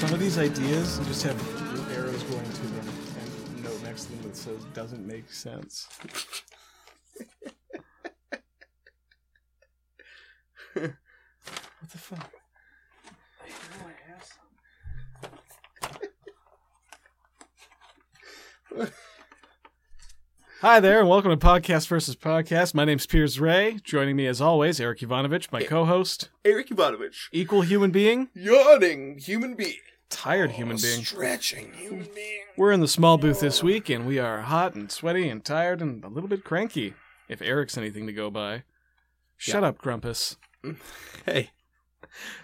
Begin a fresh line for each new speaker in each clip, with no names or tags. Some of these ideas you just have arrows going to them and note next to them that says doesn't make sense. what the fuck? Hi there, and welcome to Podcast versus Podcast. My name's Piers Ray. Joining me, as always, Eric Ivanovich, my co-host,
Eric Ivanovich,
equal human being,
yawning human being,
tired human being.
stretching human being.
We're in the small booth this week, and we are hot and sweaty and tired and a little bit cranky. If Eric's anything to go by, shut up, Grumpus.
Hey,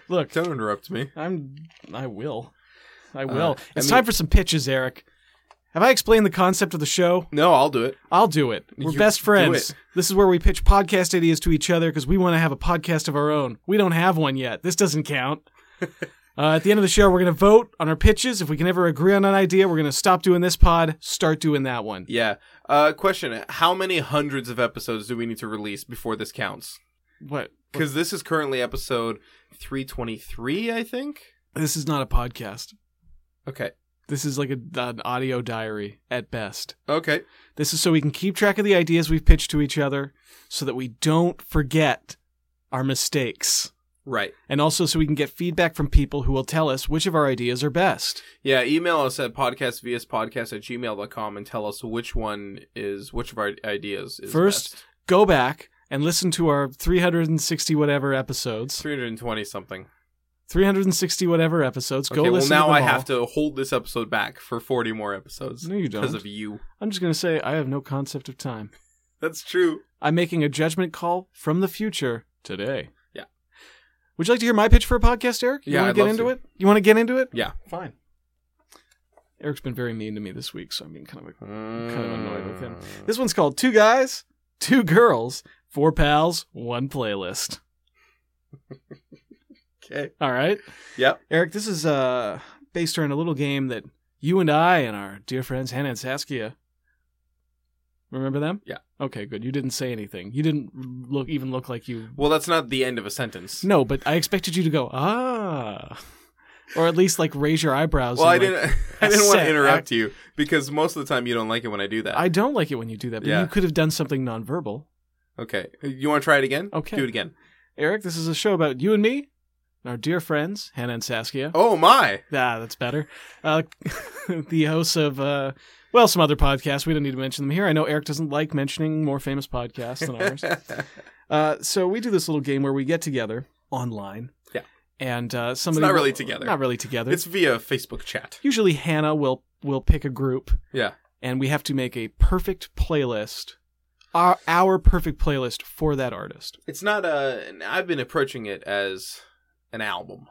Look,
don't interrupt me.
I'm. I will. I will.
Uh, I
it's
mean-
time for some pitches, Eric. Have I explained the concept of the show?
No, I'll do it.
I'll do it. We're
You
best
do
friends.
it.
This is where we pitch podcast ideas to each other because we want to have a podcast of our own. We don't have one yet. This doesn't count. uh, at the end of the show, we're going to vote on our pitches. If we can ever agree on an idea, we're going to stop doing this pod, start doing that one.
Yeah. Uh, question: How many hundreds of episodes do we need to release before this counts?
What?
Because this is currently episode three twenty three, I think.
This is not a podcast.
Okay.
This is like a, an audio diary at best.
Okay.
This is so we can keep track of the ideas we've pitched to each other so that we don't forget our mistakes.
Right.
And also so we can get feedback from people who will tell us which of our ideas are best.
Yeah, email us at podcastvspodcast at gmail.com and tell us which one is, which of our ideas is
First-
best.
Go back and listen to our 360 whatever episodes.
320 something.
360 whatever episodes. Go
okay, well,
listen
now
to
I
them all.
have to hold this episode back for 40 more episodes.
No, you
Because
don't.
of you.
I'm just going to say I have no concept of time.
That's true.
I'm making a judgment call from the future today.
Yeah.
Would you like to hear my pitch for a podcast, Eric? You
Yeah,
want
I'd
to get
love
into
to.
it? You want to get into it?
Yeah.
Fine. Eric's been very mean to me this week, so I'm being kind of kind of annoyed with him.
Uh,
This one's called Two Guys, Two Girls, Four Pals, One Playlist.
Okay.
All right.
Yep.
Eric, this is uh based on a little game that you and I and our dear friends Hannah and Saskia Remember them?
Yeah.
Okay, good. You didn't say anything. You didn't look even look like you
Well, that's not the end of a sentence.
No, but I expected you to go, "Ah." Or at least like raise your eyebrows.
well,
and,
I
like,
didn't. I didn't want
set
to interrupt you because most of the time you don't like it when I do that.
I don't like it when you do that, but
Yeah.
you could have done something nonverbal.
okay. You want to try it again?
Okay.
Do it again.
Eric, this is a show about you and me, and our dear friends, Hannah and Saskia.
Oh my!
Ah, that's better. Uh, the hosts of, uh, well, some other podcasts. We don't need to mention them here. I know Eric doesn't like mentioning more famous podcasts than ours.
it's
Uh, so we do this little game where we get together online.
Yeah.
And uh, somebody.
not really together.
Not really together.
via Facebook chat.
Usually Hannah will, will pick a group,
Yeah.
and we have to make a perfect playlist, our, our perfect playlist for that artist.
It's not a. I've been approaching it as an album.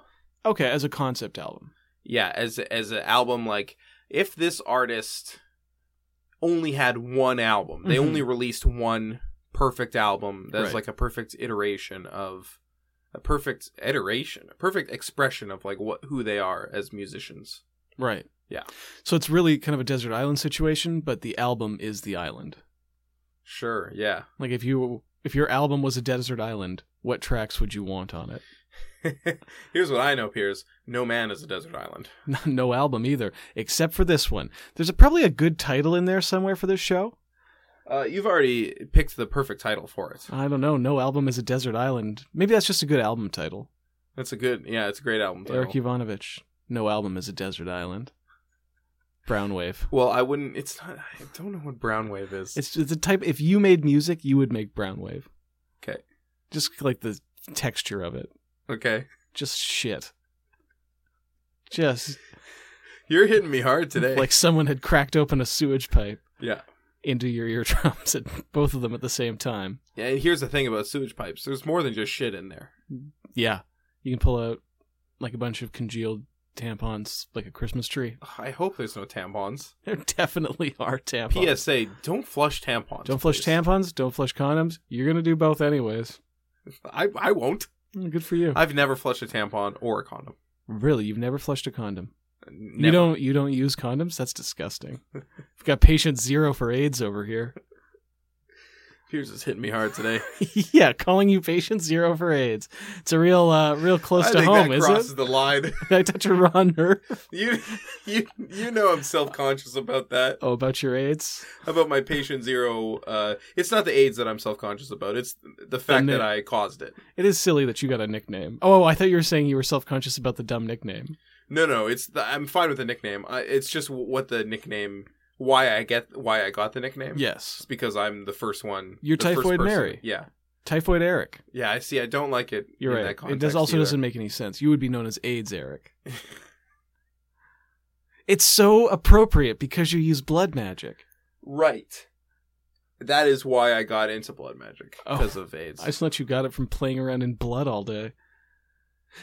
Okay, as a concept album.
Yeah, as as an album like if this artist only had one album, they
Mhm.
only released one perfect album that's
Right.
like a perfect iteration of a perfect iteration, a perfect expression of like what who they are as musicians.
Right.
Yeah.
So it's really kind of a desert island situation, but the album is the island.
Sure, yeah.
Like if you if your album was a desert island, what tracks would you want on it?
Here's what I know, Piers. No man is a desert island.
no album either, except for this one. There's a, probably a good title in there somewhere for this show.
Uh, you've already picked the perfect title for it.
I don't know. No album is a desert island. Maybe that's just a good album title.
That's a good, yeah, it's a great album title.
Eric Ivanovich. No album is a desert island. Brown wave.
well, I wouldn't. It's not. I don't know what brown wave is.
It's it's a type. If you made music, you would make brown wave.
Okay.
Just like the texture of it.
okay.
Just shit. Just
You're hitting me hard today.
like someone had cracked open a sewage pipe.
yeah.
into your eardrums at both of them at the same time.
Yeah, and here's the thing about sewage pipes. There's more than just shit in there.
Yeah. You can pull out like a bunch of congealed tampons like a Christmas tree.
Ugh, I hope there's no tampons.
There definitely are tampons.
PSA, don't flush tampons.
Don't flush
please.
tampons, don't flush condoms. You're going to do both anyways.
I, I won't.
Mm, Good for you.
I've never flushed a tampon or a condom.
Really, you've never flushed a condom.
Never.
You don't you don't use condoms? That's disgusting. We've got patient 0 for AIDS over here.
Here's is hitting me hard today.
yeah, calling you patient zero for AIDS. It's a real, uh, real close
I
to
think
home,
that
is
crosses
it?
the line.
Did I touch a raw nerve?
you, you, you know I'm self conscious about that.
Oh, about your AIDS?
About my patient zero. Uh, it's not the AIDS that I'm self conscious about. It's the fact
The
that
name.
I caused it.
It is silly that you got a nickname. Oh, I thought you were saying you were self conscious about the dumb nickname.
No, no. It's the, I'm fine with the nickname. I, it's just what the nickname. Why I get why I got the nickname. It's
Yes.
because I'm the first one.
You're
the first
Typhoid
person.
Mary.
Yeah,
Typhoid Eric.
yeah. I see. I don't like it.
You're
in That
right. It
context
does also
either.
doesn't make any sense. You would be known as AIDS Eric. it's so appropriate because you use blood magic.
Right. That is why I got into blood magic
Oh.
because of AIDS.
I just thought you got it from playing around in blood all day.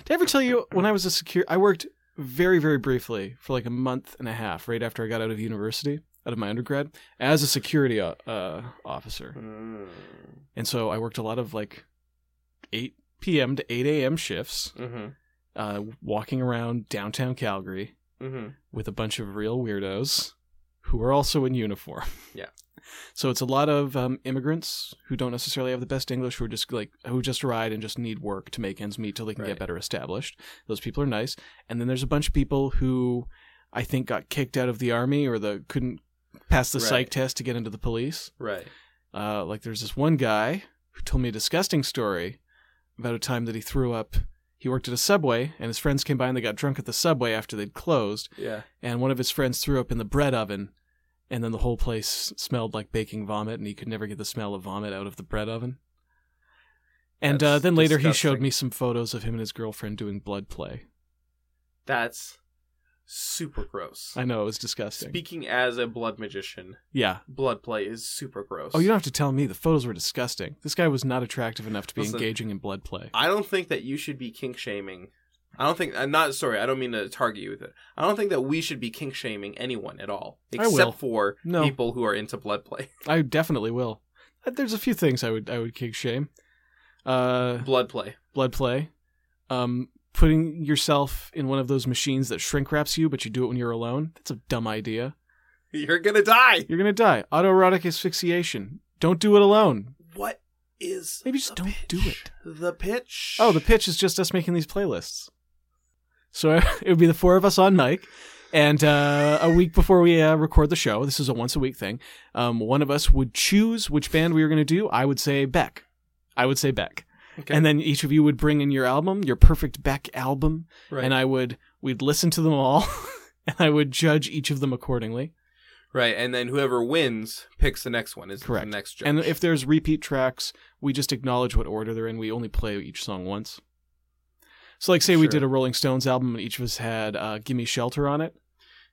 Did I ever tell you when I was a secure? I worked very, very briefly for like a month and a half right after I got out of university, out of my undergrad, as a security o- uh, officer.
Mm.
And so I worked a lot of like 8 p.m. to 8 a.m. shifts,
Mhm.
uh, walking around downtown Calgary
Mhm.
with a bunch of real weirdos who are also in uniform.
Yeah.
So it's a lot of um, immigrants who don't necessarily have the best English, who are just like who just arrived and just need work to make ends meet till they can
Right.
get better established. Those people are nice, and then there's a bunch of people who I think got kicked out of the army or the couldn't pass the psych
Right.
test to get into the police.
Right.
Uh, like there's this one guy who told me a disgusting story about a time that he threw up. He worked at a subway, and his friends came by and they got drunk at the subway after they'd closed.
Yeah.
And one of his friends threw up in the bread oven, and then the whole place smelled like baking vomit, and he could never get the smell of vomit out of the bread oven. And uh,
That's
then later he showed
disgusting.
me some photos of him and his girlfriend doing blood play.
That's super gross.
I know it was disgusting.
Speaking as a blood magician,
yeah.
blood play is super gross.
Oh, you don't have to tell me. The photos were disgusting. This guy was not attractive enough to be
Listen.
engaging in blood play.
I don't think that you should be kink shaming. I don't think. I'm not sorry. I don't mean to target you with it. I don't think that we should be kink shaming anyone at all,
I will.
except for
No.
people who are into blood play.
I definitely will. Uh, There's a few things I would I would kick shame. Uh,
blood play.
blood play, um, putting yourself in one of those machines that shrink wraps you, but you do it when you're alone. That's a dumb idea.
You're gonna die.
You're gonna die. Autoerotic asphyxiation. Don't do it alone.
What is
Maybe just
the
don't do
pitch? The pitch.
Oh, the pitch is just us making these playlists. So it would be the four of us on mic, and uh, a week before we uh, record the show, this is a once a week thing. Um, one of us would choose which band we were going to do. I would say Beck. I would say Beck.
Okay.
And then each of you would bring in your album, your perfect Beck album,
right.
and I would we'd listen to them all, and I would judge each of them accordingly.
right, and then whoever wins picks the next one. Is
Correct.
The next judge.
And if there's repeat tracks, we just acknowledge what order they're in. We only play each song once. So, like, say we
Sure.
did a Rolling Stones album and each of us had uh, "Gimme Shelter" on it.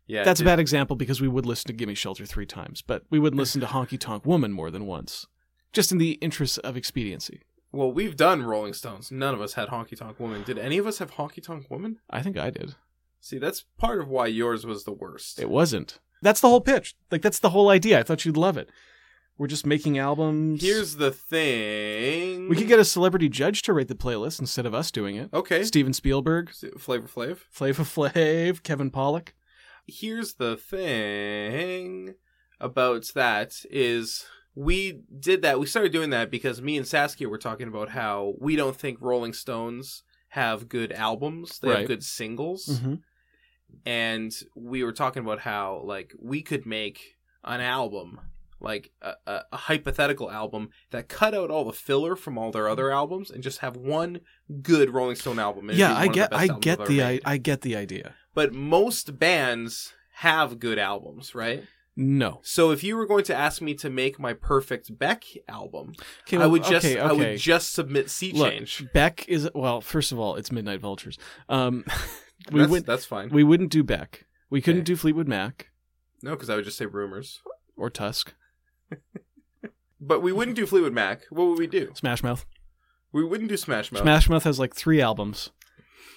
yeah,
That's a
did-
bad example because we would listen to "Gimme Shelter" three times, but we wouldn't listen to "Honky Tonk Woman" more than once, just in the interest of expediency.
Well, we've done Rolling Stones. None of us had Honky Tonk Woman. Did any of us have Honky Tonk Woman?
I think I did.
See, that's part of why yours was the worst.
It wasn't. That's the whole pitch. Like, that's the whole idea. I thought you'd love it. We're just making albums.
Here's the thing.
we could get a celebrity judge to rate the playlist instead of us doing it.
okay.
Steven Spielberg,
Flavor Flav.
Flava Flav, Kevin Pollock.
Here's the thing about that is we did that. We started doing that because me and Saskia were talking about how we don't think Rolling Stones have good albums. They
Right. Mm-hmm.
have good singles. and we were talking about how like we could make an album like a, a, a hypothetical album that cut out all the filler from all their other albums and just have one good Rolling Stone album. and it'd
yeah,
be
I
one of the
get,
best
I
albums
get
I've
the,
ever
I,
made.
I get the idea.
But most bands have good albums, right?
No,
So if you were going to ask me to make my perfect Beck album,
okay,
I
well,
would just
okay,
I
okay.
would just submit Sea
Look,
Change.
Beck is well. First of all, it's Midnight Vultures. Um, we
that's,
would,
that's fine.
we wouldn't do Beck. We couldn't
Okay.
do Fleetwood Mac
no, because I would just say rumors.
or Tusk,
But we wouldn't do Fleetwood Mac. What would we do?
Smash Mouth.
We wouldn't do Smash Mouth.
Smash Mouth has like three albums.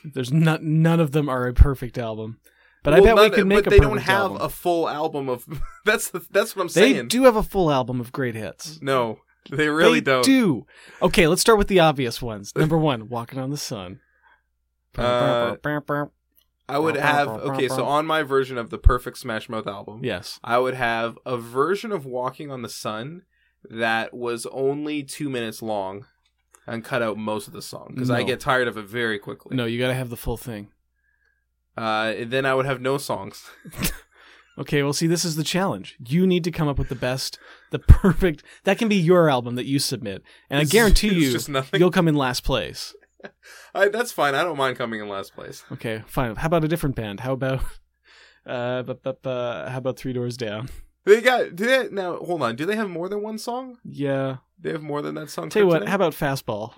There's not none of them are a perfect album, but I
Well,
bet we
not-
could make
But
a
they
perfect
don't have
album.
a full album of. that's the, that's what I'm
they
saying.
do have a full album of great hits.
No, they really
They
don't.
do. Okay, let's start with the obvious ones. Number one, Walking on the Sun.
Uh, I would have okay. So on my version of the perfect Smash Mouth album,
yes.
I would have a version of Walking on the Sun that was only two minutes long and cut out most of the song because I
No.
get tired of it very quickly.
No, you got to have the full thing.
Uh, and then I would have no songs.
Okay, well, see, this is the challenge. You need to come up with the best, the perfect. That can be your album that you submit, and
It's-
I guarantee
it's
you,
just nothing.
you'll come in last place.
I, that's fine. I don't mind coming in last place.
Okay, fine. How about a different band? How about, uh, bu- bu- bu- how about Three Doors Down?
They got do they now. Hold on. Do they have more than one song?
Yeah.
They have more than that song.
Tell you what.
Kryptonite?
How about Fastball?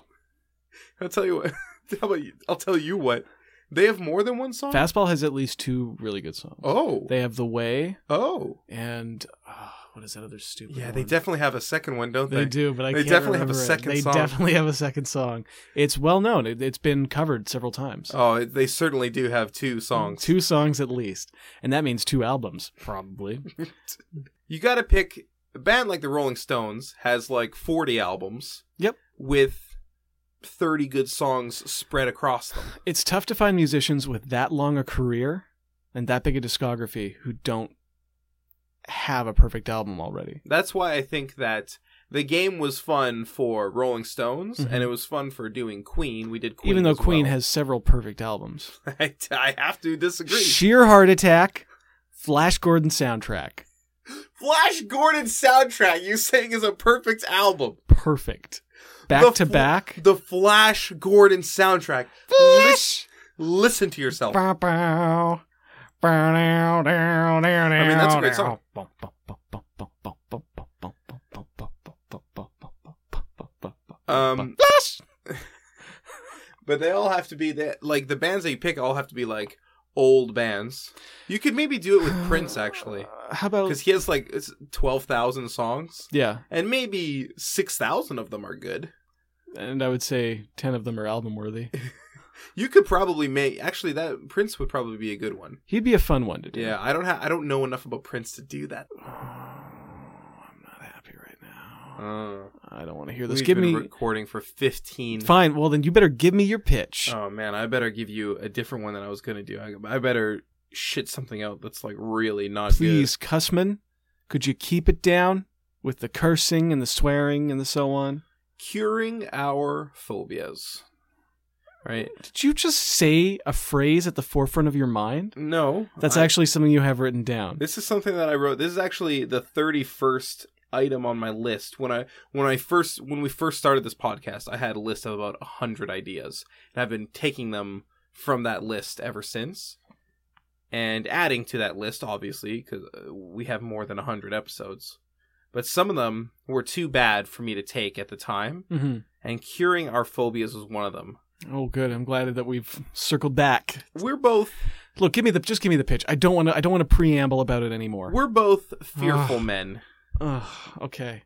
I'll tell you what. How about you? I'll tell you what. They have more than one song.
Fastball has at least two really good songs.
oh.
They have The Way
oh.
and uh, what is that other stupid?
Yeah, they
one?
definitely have a second one, don't
They
they?
do, but I
They
can't
definitely have a
remember it.
second
They
song.
definitely have a second song. It's well known. It, it's been covered several times.
Oh, they certainly do have two songs.
Two songs at least. And that means two albums, probably.
You got to pick a band like the Rolling Stones has like 40 albums.
Yep.
With 30 good songs spread across them.
it's tough to find musicians with that long a career and that big a discography who don't have a perfect album already.
That's why I think that the game was fun for Rolling Stones
Mhm.
and it was fun for doing Queen. We did Queen.
Even though
as
Queen
well.
has several perfect albums.
I, I have to disagree.
Sheer Heart Attack, Flash Gordon soundtrack.
Flash Gordon soundtrack you saying is a perfect album.
Perfect. Back
The
to
fl-
back.
The Flash Gordon soundtrack. Lis- listen to yourself.
Bow, bow. Bow, dow, dow, dow,
I mean, that's a great
dow.
song. Um,
Flash!
but they all have to be that like the bands that you pick all have to be like old bands. You could maybe do it with Prince actually,
How about
because he has like it's twelve thousand songs,
yeah?
and maybe six thousand of them are good.
And I would say ten of them are album worthy.
You could probably make actually that Prince would probably be a good one.
He'd be a fun one to do.
Yeah, I don't have I don't know enough about Prince to do that.
Oh, I'm not happy right now.
Uh,
I don't want to hear this.
we've
Give
been
me
recording for fifteen.
fine. Well, then you better give me your pitch.
Oh man, I better give you a different one than I was gonna do. I, I better shit something out that's like really not
Please, Cussman, could you keep it down with the cursing and the swearing and the so on?
good. Curing our phobias. Right?
Did you just say a phrase at the forefront of your mind?
No,
That's
I-
actually something you have written down.
This is something that I wrote. This is actually the thirty first item on my list. When I when I first when we first started this podcast, I had a list of about hundred ideas, and I've been taking them from that list ever since, and adding to that list, obviously, because we have more than hundred episodes. But some of them were too bad for me to take at the time,
hmm
and curing our phobias was one of them.
Oh, good. I'm glad that we've circled back.
We're both
Look, give me the just give me the pitch. I don't want to. I don't want to preamble about it anymore.
we're both fearful
Ugh.
men.
Ugh, okay.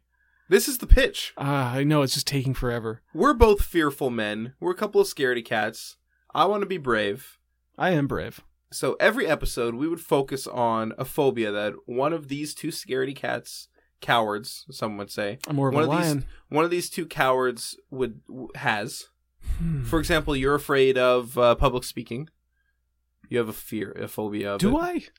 This is the pitch.
Ah, I know it's just taking forever.
We're both fearful men. We're a couple of scaredy cats. I want to be brave.
I am brave.
So every episode, we would focus on a phobia that one of these two scaredy cats, cowards, some would say,
I'm more of
One
a
of these-
lion.
one of these two cowards would w- has.
Hmm.
For example, you're afraid of uh, public speaking. You have a fear, a phobia of
Do
it.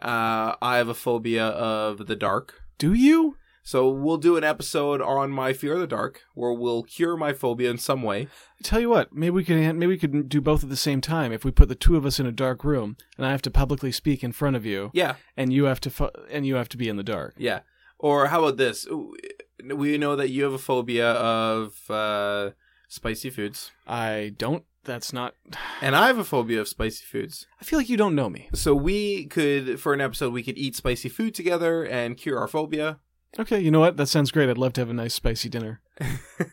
I?
Uh, I have a phobia of the dark.
Do you?
So we'll do an episode on my fear of the dark, where we'll cure my phobia in some way.
I tell you what, maybe we could maybe we could do both at the same time if we put the two of us in a dark room and I have to publicly speak in front of you
Yeah,
and you have to fu- and you have to be in the dark.
Yeah. Or how about this? We know that you have a phobia of uh, spicy foods,
I don't that's not
and I have a phobia of spicy foods.
I feel like you don't know me.
So we could, for an episode, we could eat spicy food together and cure our phobia.
Okay, you know what? That sounds great. I'd love to have a nice spicy dinner.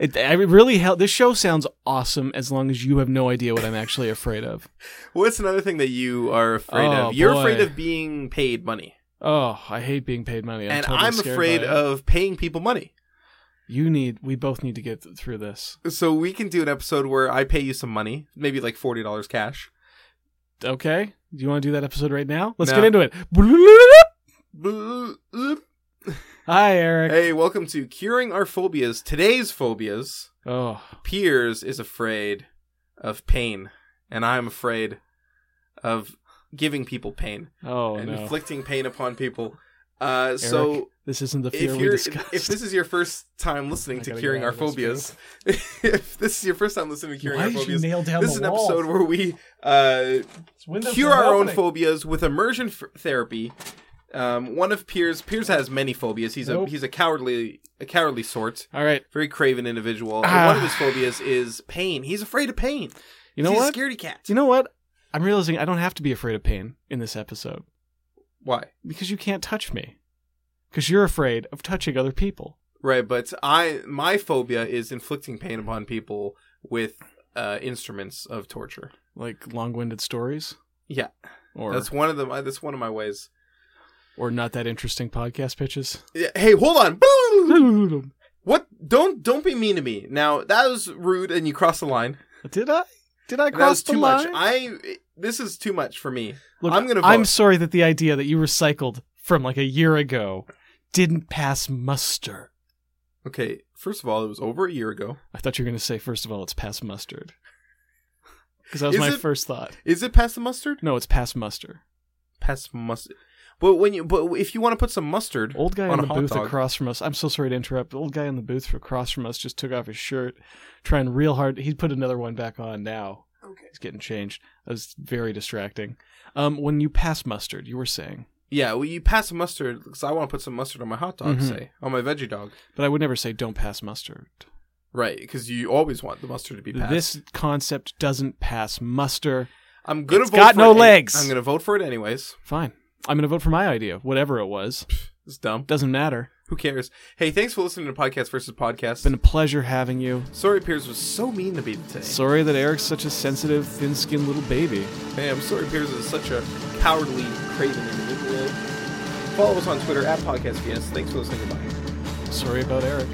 It, I really hel- this show sounds awesome as long as you have no idea what I'm actually afraid of.
What's another thing that you are afraid
Oh,
of? You're
boy.
afraid of being paid money,
Oh, I hate being paid money. I'm
and
totally
I'm
scared
afraid
by it.
of paying people money.
You need we both need to get th- through this.
So we can do an episode where I pay you some money, maybe like forty dollars cash.
Okay. Do you want to do that episode right now? Let's
No.
get into it. Hi, Eric.
Hey, welcome to curing our phobias. Today's phobias.
Oh,
Piers is afraid of pain, and I'm afraid of giving people pain
oh
and
no.
inflicting pain upon people. Uh, so
This isn't the fear
if
we
you're
discussed.
if, if this is your first time listening
I
to
gotta
curing
get
our
out of
phobias,
this
if this is your first time listening to curing
Why
our
did you
phobias,
nail down
this
the
is an
wall?
episode where we uh,
It's windows
cure
not
our own
opening.
phobias with immersion f- therapy. Um, one of Piers Piers has many phobias. He's
Nope.
a he's a cowardly a cowardly sort,
All right,
very craven individual.
Ah.
And one of his phobias is pain. He's afraid of pain.
you know
He's
what?
A scaredy cat.
You know what? I'm realizing I don't have to be afraid of pain in this episode
Why?
because you can't touch me. Because you're afraid of touching other people.
Right, but I my phobia is inflicting pain upon people with uh, instruments of torture.
Like long winded stories?
Yeah.
Or,
That's one of the my- that's one of my ways.
or not that interesting podcast pitches?
Yeah, Hey, hold on.
Did
What? Don't don't be mean to me. Now that was rude, and you crossed the line.
I? Did I
That was
cross the
too much.
line?
I this is too much for me.
Look,
I'm gonna
I'm
vote.
sorry that the idea that you recycled from like a year ago didn't pass muster.
Okay, first of all, it was over a year ago.
I thought you were going to say, first of all, it's past mustard. Because that was
Is
my
it-
first thought.
Is it past the mustard?
No, it's past muster.
Past mustard. But when you but if you want to put some mustard,
Old guy
on
in
a
the
hot
booth
dog.
across from us. I'm so sorry to interrupt. Old guy in the booth across from us just took off his shirt, trying real hard. He put another one back on now.
Okay.
He's getting changed. That was very distracting. Um, when you pass mustard, you were saying,
yeah, well, you pass the mustard because I want to put some mustard on my hot dog,
Mhm.
say on my veggie dog,
but I would never say don't pass mustard.
right? Because you always want the mustard to be passed.
This concept doesn't pass muster.
I'm gonna
It's
vote
got
for
no
it any-
legs.
I'm gonna vote for it anyways.
Fine. I'm going to vote for my idea, whatever it was.
It's dumb.
Doesn't matter.
Who cares? Hey, thanks for listening to Podcast versus Podcast.
It's been a pleasure having you.
sorry, Piers was so mean to me today.
Sorry that Eric's such a sensitive, thin skinned little baby.
Hey, I'm sorry, Piers is such a cowardly, craven individual. Follow us on Twitter at Podcast VS. Thanks for listening. Goodbye.
Sorry about Eric.